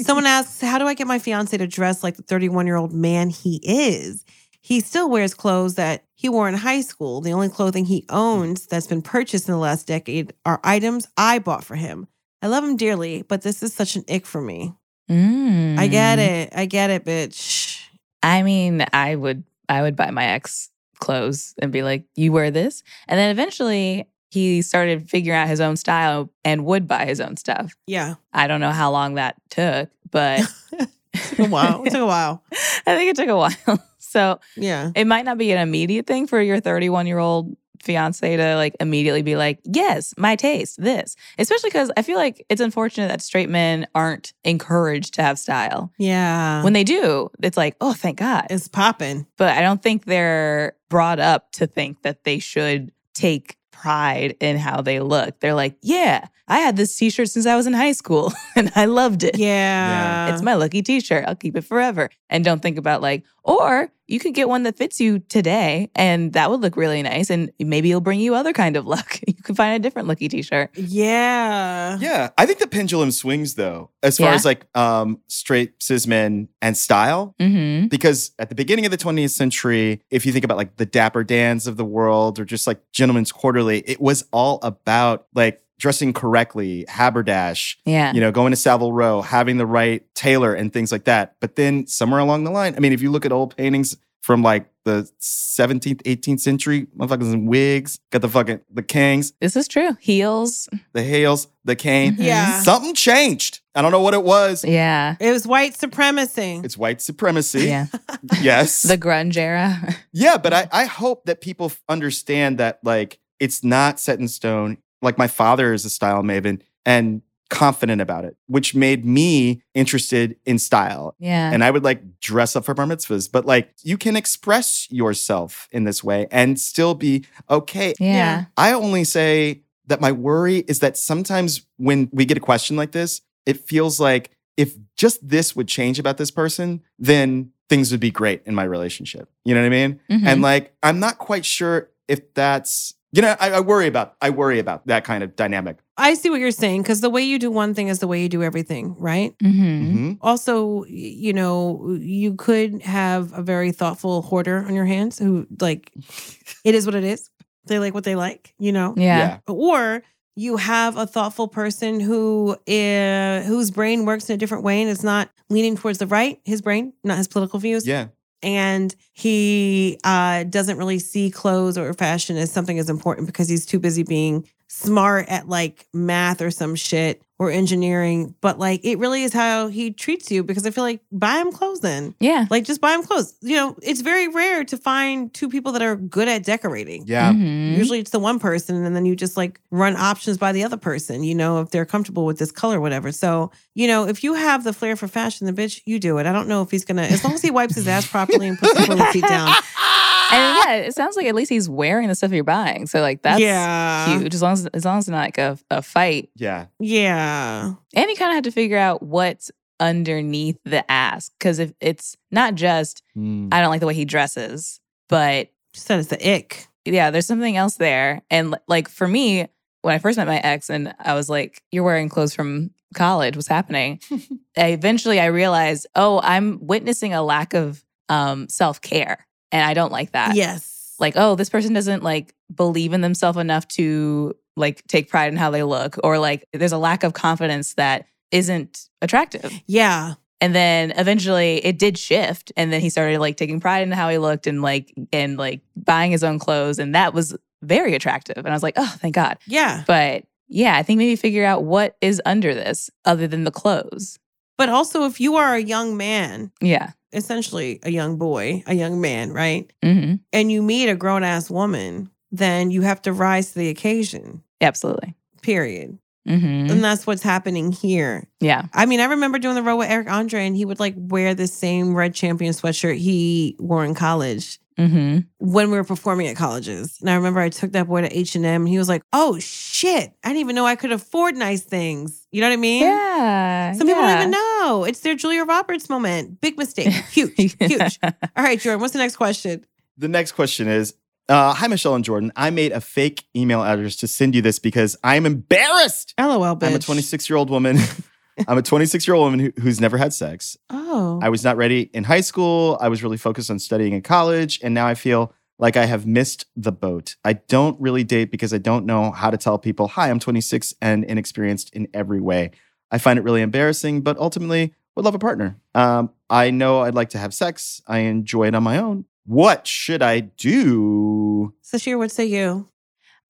Someone asks, How do I get my fiance to dress like the 31 year old man he is? He still wears clothes that he wore in high school. The only clothing he owns that's been purchased in the last decade are items I bought for him. I love him dearly, but this is such an ick for me. Mm. I get it. I get it, bitch. I mean, I would I would buy my ex clothes and be like, "You wear this," and then eventually he started figuring out his own style and would buy his own stuff. Yeah. I don't know how long that took, but (laughs) It took a while. It took a while. (laughs) I think it took a while. (laughs) So Yeah. it might not be an immediate thing for your 31 year old fiance to like immediately be like, yes, my taste, this. Especially because I feel like it's unfortunate that straight men aren't encouraged to have style. Yeah. When they do, it's like, oh, thank God. it's popping. But I don't think they're brought up to think that they should take pride in how they look. They're like, yeah, I had this t shirt since I was in high school (laughs) and I loved it. Yeah. Yeah. It's my lucky t shirt. I'll keep it forever. And don't think about like, or you could get one that fits you today and that would look really nice. And maybe it'll bring you other kind of luck. (laughs) You can find a different lucky t shirt. Yeah. Yeah, I think the pendulum swings though, as far Yeah. as like um, straight cis men and style. Mm-hmm. Because at the beginning of the 20th century, if you think about like the Dapper Dans of the world or just like Gentleman's Quarterly, it was all about like dressing correctly, haberdash, Yeah. you know, going to Savile Row, having the right tailor and things like that. But then somewhere along the line, I mean, if you look at old paintings from like the 17th, 18th century, motherfuckers in wigs, got the fucking the kings, This is true. Heels. the hails, the cane. Mhm. Yeah. Something changed. I don't know what it was. Yeah. It was white supremacy. It's white supremacy. Yeah. Yes. The grunge era. (laughs) yeah, but I, I hope that people f- understand that like it's not set in stone. Like my father is a style maven and confident about it, which made me interested in style. yeah. And I would like dress up for bar mitzvahs, but like you can express yourself in this way and still be okay. yeah. Yeah. I only say that my worry is that sometimes when we get a question like this, it feels like if just this would change about this person, then things would be great in my relationship. You know what I mean? Mhm. And like, I'm not quite sure if that's, you know, I, I worry about, I worry about that kind of dynamic. I see what you're saying because the way you do one thing is the way you do everything, right? Mhm. Mhm. Also, y- you know, you could have a very thoughtful hoarder on your hands who, like, it is what it is. They like what they like, you know? Yeah. Or you have a thoughtful person who uh, whose brain works in a different way and is not leaning towards the right, his brain, not his political views. Yeah. and he uh, doesn't really see clothes or fashion as something as important because he's too busy being smart at like math or some shit or engineering. But like, it really is how he treats you because I feel like buy him clothes then. Yeah. Like, just buy him clothes. You know, it's very rare to find two people that are good at decorating. Yeah. Mhm. Usually it's the one person, and then you just like run options by the other person, you know, if they're comfortable with this color, whatever. So, you know, if you have the flair for fashion, then bitch, you do it. I don't know if he's gonna, as long as he wipes his ass properly and puts his toilet seat down. Mm-hmm. And yeah, it sounds like at least he's wearing the stuff you're buying. So like (laughs) that's yeah. huge. As long as as long as it's not like a, a fight. (gasps) Yeah. Yeah. And you kind of have to figure out what's underneath the ask. Cause if it's not just, Mm. I don't like the way he dresses, but She said it's the ick. yeah, there's something else there. And l- like for me, when I first met my ex and I was like, you're wearing clothes from college, what's happening? I- eventually I realized, oh, I'm witnessing a lack of um, self care. And I don't like that. yes. like oh this person doesn't like believe in themselves enough to like take pride in how they look or like there's a lack of confidence that isn't attractive yeah. and then eventually it did shift and then he started like taking pride in how he looked and like and like buying his own clothes and that was very attractive and i was like oh thank god Yeah. but yeah i think maybe figure out what is under this other than the clothes But also, if you are a young man, yeah essentially a young boy, a young man, right? hmm And you meet a grown ass woman, then you have to rise to the occasion, absolutely period. hmm And that's what's happening here. yeah I mean, I remember doing the road with Eric Andre, and he would like wear the same red champion sweatshirt he wore in college hmm when we were performing at colleges. And I remember I took that boy to H and M, and he was like, "Oh shit, I didn't even know I could afford nice things." You know what I mean? yeah Some people don't yeah. even know. It's their Julia Roberts moment. Big (laughs) mistake. Huge, huge. All right, Jordan, what's the next question? The next question is uh, Hi, Michelle and Jordan. I made a fake email address to send you this because I'm embarrassed. LOL, bitch. I'm a 26 year old woman. (laughs) I'm a 26 year old woman who, who's never had sex. Oh, I was not ready in high school. I was really focused on studying in college. And now I feel like I have missed the boat. I don't really date because I don't know how to tell people, hi, I'm 26 and inexperienced in every way. I find it really embarrassing, but ultimately would love a partner. Um, I know I'd like to have sex. I enjoy it on my own. What should I do? Sashir, what say you?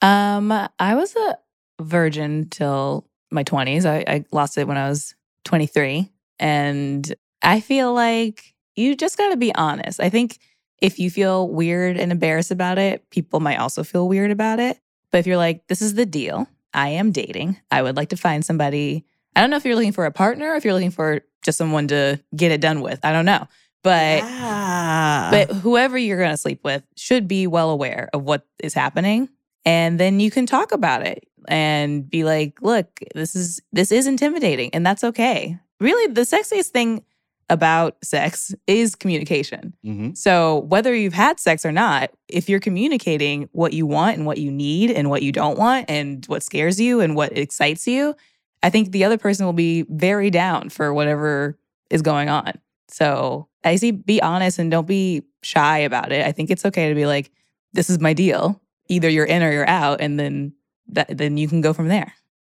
Um, I was a virgin till my 20s. I, I lost it when I was 23. And I feel like you just got to be honest. I think if you feel weird and embarrassed about it, people might also feel weird about it. But if you're like, this is the deal, I am dating, I would like to find somebody. I don't know if you're looking for a partner, or if you're looking for just someone to get it done with. I don't know. But yeah. but whoever you're going to sleep with should be well aware of what is happening and then you can talk about it and be like, "Look, this is this is intimidating and that's okay." Really, the sexiest thing about sex is communication. Mm-hmm. So, whether you've had sex or not, if you're communicating what you want and what you need and what you don't want and what scares you and what excites you, I think the other person will be very down for whatever is going on. So, I see be honest and don't be shy about it. I think it's okay to be like, this is my deal. Either you're in or you're out and then that, then you can go from there.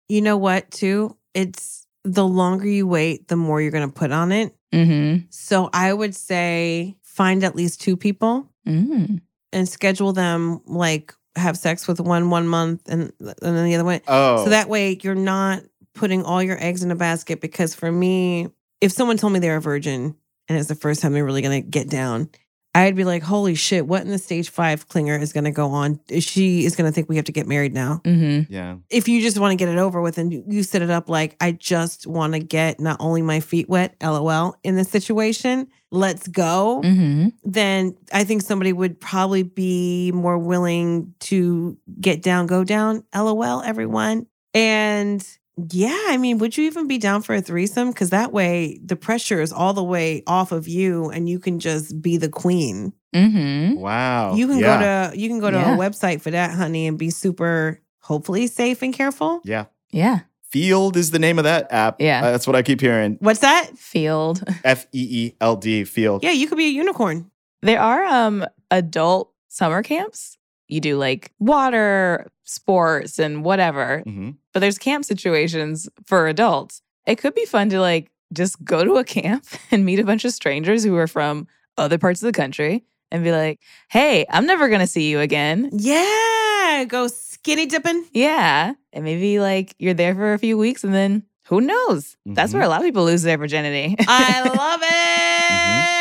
you know what, too? It's the longer you wait, the more you're going to put on it. Mhm. So I would say find at least two people Mm. and schedule them like have sex with one one month and and then the other one. Oh, So that way you're not putting all your eggs in a basket because for me, if someone told me they're a virgin and it's the first time they're really gonna get down, I'd be like, holy shit, what in the stage five clinger is gonna go on? She is gonna think we have to get married now. Mhm. Oh, yeah. If you just want to get it over with and you- you set it up like, I just want to get not only my feet wet, lol, in this situation, let's go Mhm. then I think somebody would probably be more willing to get down, go down, lol, everyone. And yeah, I mean, would you even be down for a threesome? Because that way the pressure is all the way off of you and you can just be the queen. Mhm. Wow. Hmm? you can Oh, yeah. go to you can go to Yeah. a website for that, honey, and be super hopefully safe and careful. Yeah. Yeah. Field is the name of that app. Yeah. Uh, that's what I keep hearing. (laughs) What's that? Field. F E E L D, field. Yeah, you could be a unicorn. There are um adult summer camps. You do like water sports and whatever, hmm but there's camp situations for adults. It could be fun to like just go to a camp (laughs) and meet a bunch of strangers who are from other parts of the country and be like, "Hey, I'm never going to see you again." Yeah, go skinny dipping. Yeah. And maybe like you're there for a few weeks and then who knows? That's Mhm. where a lot of people lose their virginity. (laughs) I love it. Mm-hmm.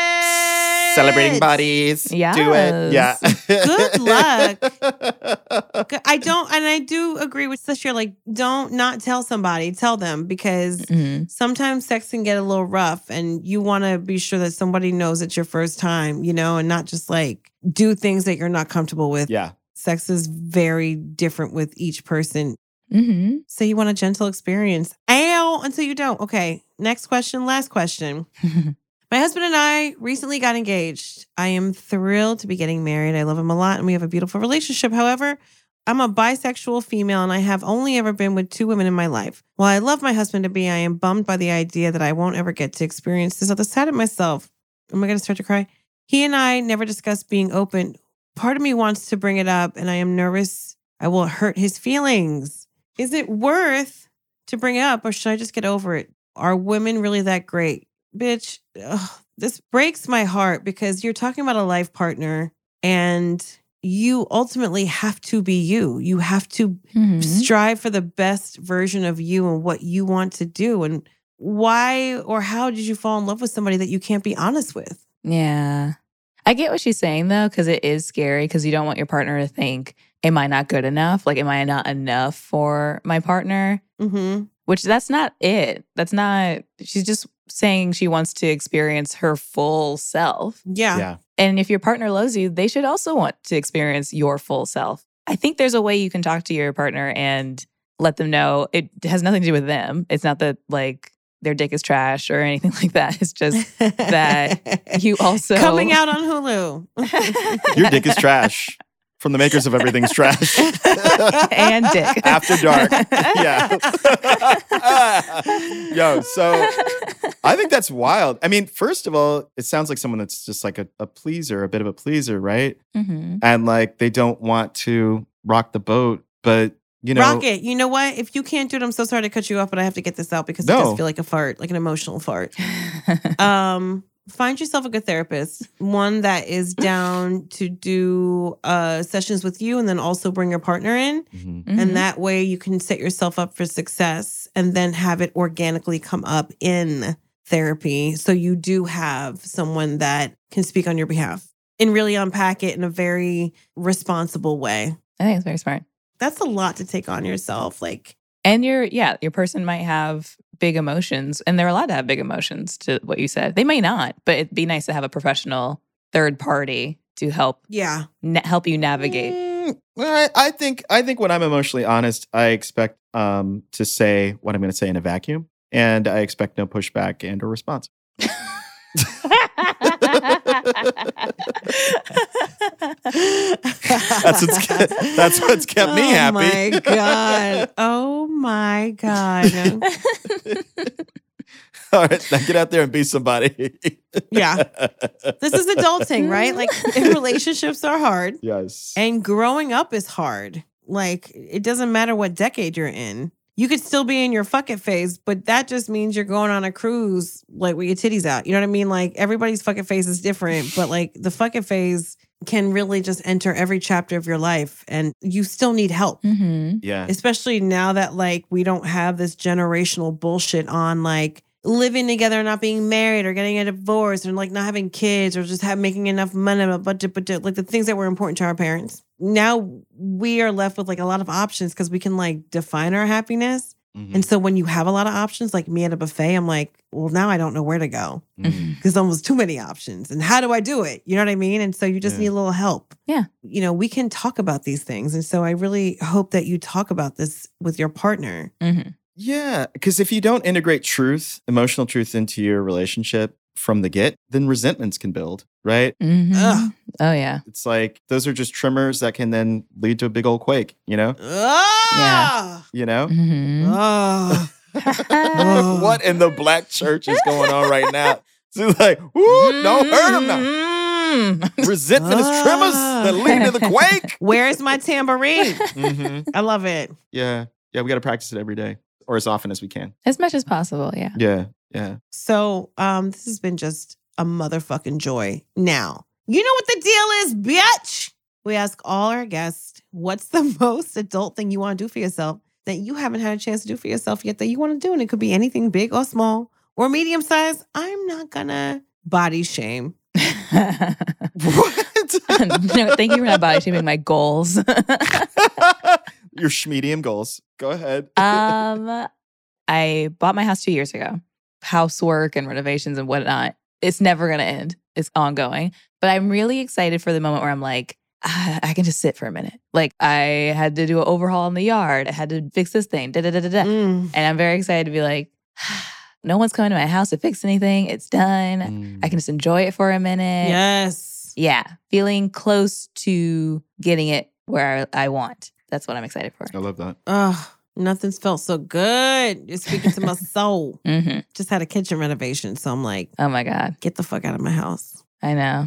Celebrating bodies. Do it. Yeah. Yes. (laughs) Good luck. Good. I don't, and I do agree with this year. Like, don't not tell somebody, tell them Mm-hmm. because Mhm. sometimes sex can get a little rough, and you want to be sure that somebody knows it's your first time, you know, and not just like do things that you're not comfortable with. Yeah. Sex is very different with each person. (laughs) Mhm. So you want a gentle experience. Ow, until you don't. Okay. Next question. Last question. My husband and I recently got engaged. I am thrilled to be getting married. I love him a lot and we have a beautiful relationship. However, I'm a bisexual female and I have only ever been with two women in my life. While I love my husband to be, I am bummed by the idea that I won't ever get to experience this other side of myself. Am I going to start to cry? He and I never discussed being open. Part of me wants to bring it up and I am nervous I will hurt his feelings. Is it worth to bring it up or should I just get over it? Are women really that great? bitch, ugh, this breaks my heart because you're talking about a life partner and you ultimately have to be you. You have to Mhm. strive for the best version of you and what you want to do. And why or how did you fall in love with somebody that you can't be honest with? Yeah. I get what she's saying though, because it is scary because you don't want your partner to think, Am I not good enough? Like, am I not enough for my partner? Mm-hmm. Which that's not it. That's not, she's just saying she wants to experience her full self. Yeah. Yeah. And if your partner loves you, they should also want to experience your full self. I think there's a way you can talk to your partner and let them know it has nothing to do with them. It's not that like their dick is trash or anything (laughs) like that. It's (laughs) just that you also coming out on Hulu. Your dick is trash from the makers of Everything's (laughs) Trash. (laughs) and dick After (laughs) dark. yeah. (laughs) Yo, (laughs) so I think that's wild. I mean, first of all, it sounds like someone that's just like a, a pleaser, a bit (laughs) of a pleaser, right? Mhm. And like they don't want to rock the boat, but you know, Rocket, you know what? If you can't do it, I'm so sorry to cut you off, but I have to get this out because it No. does feel like a fart, like an emotional fart. (laughs) Mm-hmm. um find yourself a good therapist one that (laughs) is down to do uh sessions with you and then also bring your partner in Mhm. and that way you can set yourself up for success and then have it organically come up in therapy so you do have someone that can speak on your behalf and really unpack it in a very responsible way I think it's very smart. that's a lot to take on yourself like And your yeah, your person might have big emotions, and they're allowed to have big emotions. To what you said, they may not, but it'd be nice to have a professional third party to help yeah na help you navigate. Mm, I, I think I think when I'm emotionally honest, I expect um, to say what I'm going to say in a vacuum, and I expect no pushback and or response. (laughs) Mm. (laughs) That's what's ke- that's what's kept me Oh happy. my god. Oh my god. All right, now get out there and be somebody. Yeah. This is adulting, right? Like relationships are hard (laughs) yes. and growing up is hard. Like it doesn't matter what decade you're in. You could still be in your fuck it phase, but that just means you're going on a cruise like with your titties out. You know what I mean? Like everybody's fucking phase is different, but like the fuck it phase can really just enter every chapter of your life and you still need help. (laughs) mm-hmm. yeah. especially now that like we don't have this generational bullshit on like living together and not being married or getting a divorce and like not having kids or just have making enough money blah, blah, blah, blah, like the things that were important to our parents now we are left with like a lot of options because we can like define our happiness Mhm. and so when you have a lot of options like me at a buffet i'm like well now i don't know where to go Mm-hmm. Mhm. because almost too many options. And how do I do it? You know what I mean? And so you just Yeah. need a little help. Yeah. You know, we can talk about these things. And so I really hope that you talk about this with your partner. Yeah, because if you don't integrate truth, emotional truth into your relationship from the get, then resentments can build, right? Mm-hmm. Ugh. Oh yeah. It's like those are just trimmers that can then lead to a big old quake, you know? Ah! You know? Mm-hmm. (laughs) Ah. Oh. (laughs) what in the black church is going on right now? (laughs) She's like, woo, don't hurt him now. Mm-hmm. Mm. Resentment is trimmers that Ah. lead to the (laughs) quake. Where's my tambourine? Mhm. I love it. Yeah. Yeah, we got to practice it every day or as often as we can. As much as possible, yeah. (laughs) Yeah. Yeah. So um, this has been just a motherfucking joy. Now, you know what the deal is, bitch. We ask all our guests, what's the (laughs) most adult thing you want to do for yourself that you haven't had a chance to do for yourself yet that you want to do? And it could be anything big or small or medium size. I'm not gonna body shame. What? (laughs) no, thank you for not body shaming my goals. (laughs) (laughs) Your schmedium goals. Go ahead. um, I bought my house two years ago. Housework and renovations and whatnot. It's never going to end. It's ongoing. But I'm really excited for the moment where I'm like, "Ah, I can just sit for a minute. Like I had to do an overhaul in the yard. I had to fix this thing. Da da da da da. Mm. And I'm very excited to be like, "Ah, no one's coming to my house to fix anything. It's done. Mm. I can just enjoy it for a minute. Yes. Yeah, feeling close to getting it where I I want. That's what I'm excited for. I love that. Ugh, nothing's felt so good. You're speaking to my soul. hmm Just had a kitchen renovation, so I'm like, Oh my God. get the fuck out of my house. I know.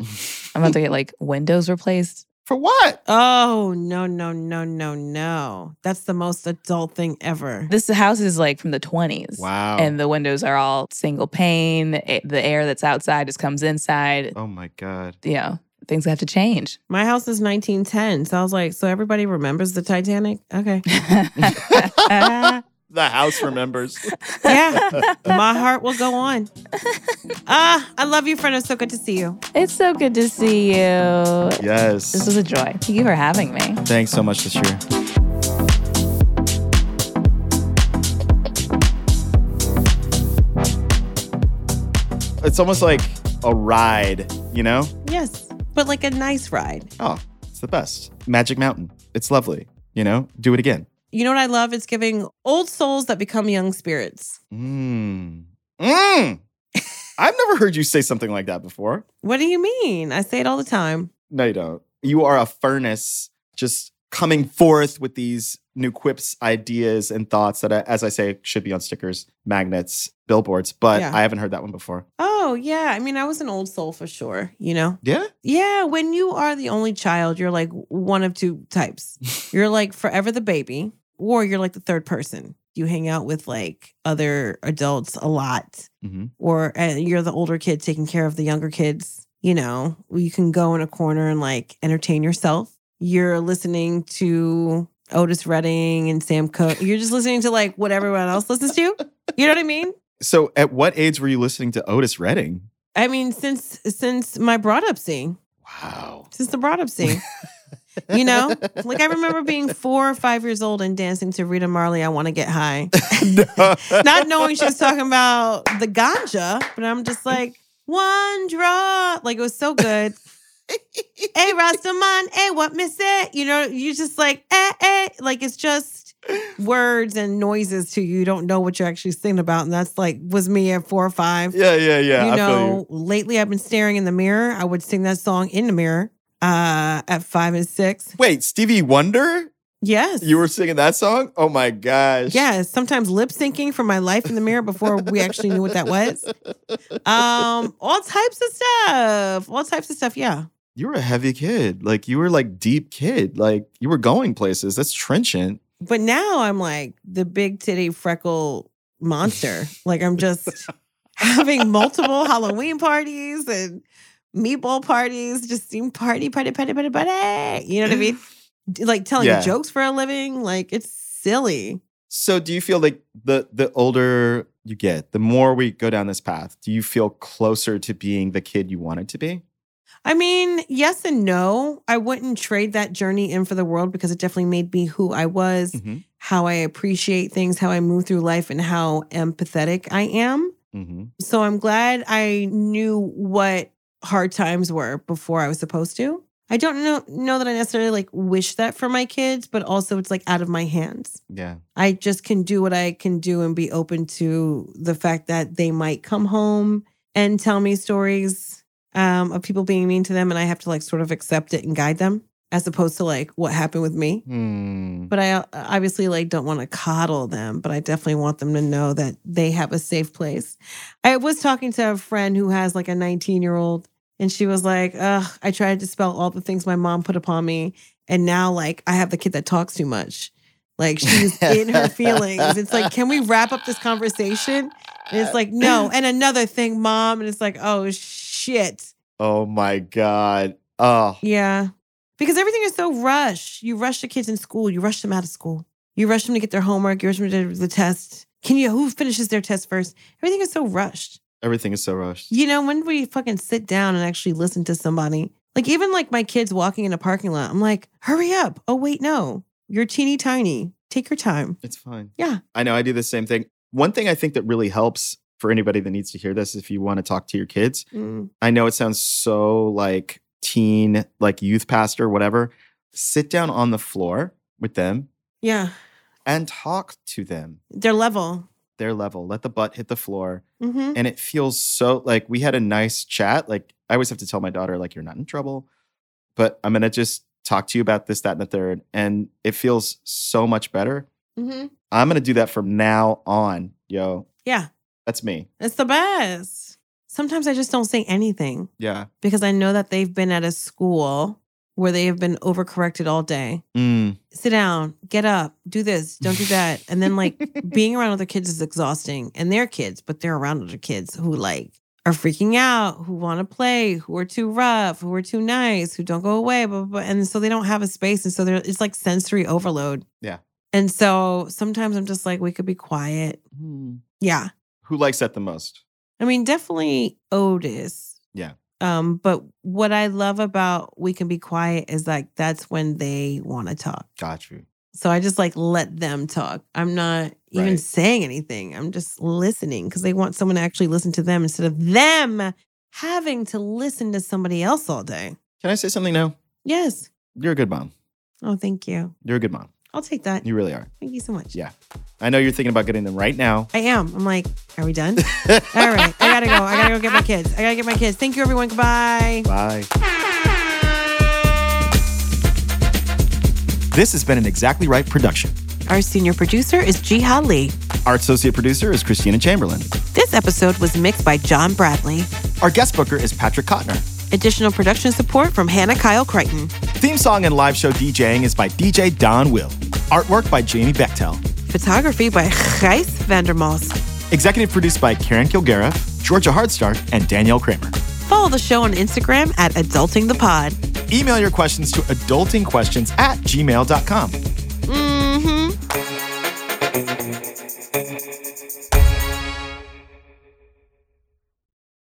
I'm about to get (laughs) like windows replaced. For what? Oh no no no no no! That's the most adult thing ever. This house is like from the 20s. Wow. And the windows are all single pane. A- The air that's outside just comes inside. oh my God. You know, things have to (laughs) change. (laughs) My house is 1910, so I was like, so everybody remembers the Titanic. Okay, the house remembers. yeah, my heart will go on. Ah, I love you, friend. It's so good to see you. it's so good to see you. This Yes. was a joy. Thank you for having me. Thanks so much this year. It's almost like a ride, you know? Yes, but like a nice ride. Oh, it's the best. Magic Mountain. It's lovely, you know? Do it again. You know what I love? It's giving old souls that become young spirits. Mmm. Mmm. (laughs) I've never heard you say something like that before. What do you mean? I say it all the time. No, you don't. You are a furnace just coming forth with these new quips, ideas, and thoughts that, I, as I say, should be on stickers, magnets, billboards. But Yeah. I haven't heard that one before. Oh yeah, I mean, I was an old soul for sure. You know. Yeah. Yeah, when you are the only child, you're like one of two types. You're like forever the baby or you're like the third person. You hang out with like other adults a lot, hmm or uh, you're the older kid taking care of the younger kids. You know, you can go in a corner and like entertain yourself. You're listening to Otis Redding and Sam Cooke. You're just listening to like what everyone else listens to. You know what I mean? So, at what age were you listening to Otis Redding? I mean, since since my broadupsy, Wow. since the broadupsy. You (laughs) know, like I remember being four or five years old and dancing to Rita Marley, I Want to Get High. No. Not knowing she was talking about the ganja, but I'm just like, one drop. Like it was so (laughs) good. hey, Rastaman, hey, what miss it? You know, you just like, eh, eh. Like it's just words and noises to you. You don't know what you're actually singing about. And that's like, was me at four or five Yeah, yeah, yeah. you I feel you. know, lately I've been staring in the mirror. I would sing that song in the mirror uh, at five and six. Wait, Stevie Wonder? Yes. You were singing that song? Oh my gosh. Yes, sometimes lip syncing for my life in the mirror before we actually knew what that was. Um, all types of stuff. All types of stuff. Yeah. You were a heavy kid. Like you were like deep kid. Like you were going places. That's trenchant. But now I'm like the big titty freckle monster. Like I'm just having multiple Halloween parties and meatball parties, just seem party, party, party, party, party. You know what I mean? D- Like telling Yeah. jokes for a living. Like it's silly. So do you feel like the the older you get, the more we go down this path, do you feel closer to being the kid you wanted to be? I mean, yes and no. I wouldn't trade that journey in for the world because it definitely made me who I was, Mhm. how I appreciate things, how I move through life, and how empathetic I am. Mm-hmm. So I'm glad I knew what hard times were before I was supposed to. I don't know know that I necessarily like wish that for my kids, but also it's like out of my hands. Yeah. I just can do what I can do and be open to the fact that they might come home and tell me stories um, of people being mean to them, and I have to like sort of accept it and guide them, as opposed to like what happened with me Hmm. but I uh, obviously like don't want to coddle them, but I definitely want them to know that they have a safe place. I was talking to a friend who has like a 19 year old, and she was like, "Ugh, I tried to spell all the things my mom put upon me, and now like I have the kid that talks too much." Like she's in her feelings. It's like, can we wrap up this conversation? And it's like, no. And another thing, mom. And it's like, oh shit. Oh my god. Oh. Yeah. Because everything is so rushed. You rush the kids in school, you rush them out of school, you rush them to get their homework, you rush them to do the test. Can you, who finishes their test first? Everything is so rushed. Everything is so rushed. You know, when we fucking sit down and actually listen to somebody, like even like my kids walking in a parking lot, I'm like, hurry up. Oh, wait, no, you're teeny tiny. Take your time. It's fine. Yeah. I know I do the same thing. One thing I think that really helps for anybody that needs to hear this if you want to talk to your kids Mm. I know it sounds so like teen, like youth pastor, whatever. Sit down on the floor with them Yeah. and talk to them Their level. their level. Let the butt hit the floor. hmm And it feels so like we had a nice chat. Like I always have to tell my daughter, like, you're not in trouble, but I'm going to just talk to you about this, that, and the third. And it feels so much better. hmm I'm going to do that from now on. Yo, Yeah. that's me. It's the best. Sometimes I just don't say anything. Yeah. because I know that they've been at a school where they have been overcorrected all day. Mm. Sit down, get up, do this, don't do that. And (laughs) then like being around other kids is exhausting and they're kids, but they're around other kids who like are freaking out, who want to play, who are too rough, who are too nice, who don't go away, blah, blah, blah. and so they don't have a space. And so they're it's like sensory overload. Yeah. And so sometimes I'm just like, we could be quiet. Mm. Yeah. Who likes that the most? I mean, definitely Otis. Yeah. Um, but what I love about We Can Be Quiet is like that's when they want to talk. Got you. So I just like let them talk. I'm not even Right. saying anything. I'm just listening because they want someone to actually listen to them instead of them having to listen to somebody else all day. Can I say something now? Yes. You're a good mom. Oh, thank you. You're a good mom. I'll take that. You really are. Thank you so much. Yeah. I know you're thinking about getting them right now. I am. I'm like, are we (laughs) done? all right. I gotta go. I gotta go get my kids. I gotta get my kids. Thank you, everyone. Goodbye. Bye. This has been an Exactly Right production. Our senior producer is Jiha Lee. Our associate producer is Christina Chamberlain. This episode was mixed by John Bradley. Our guest booker is Patrick Kotner. Additional production support from Hannah Kyle Crichton. Theme song and live show DJing is by DJ Don Will. Artwork by Jamie Bechtel. Photography by Gijs Vandermals. Executive produced by Karen Kilgara, Georgia Hardstark, and Danielle Kramer. Follow the show on Instagram at Adulting the Pod. Email your questions to adultingquestions at gmail.com.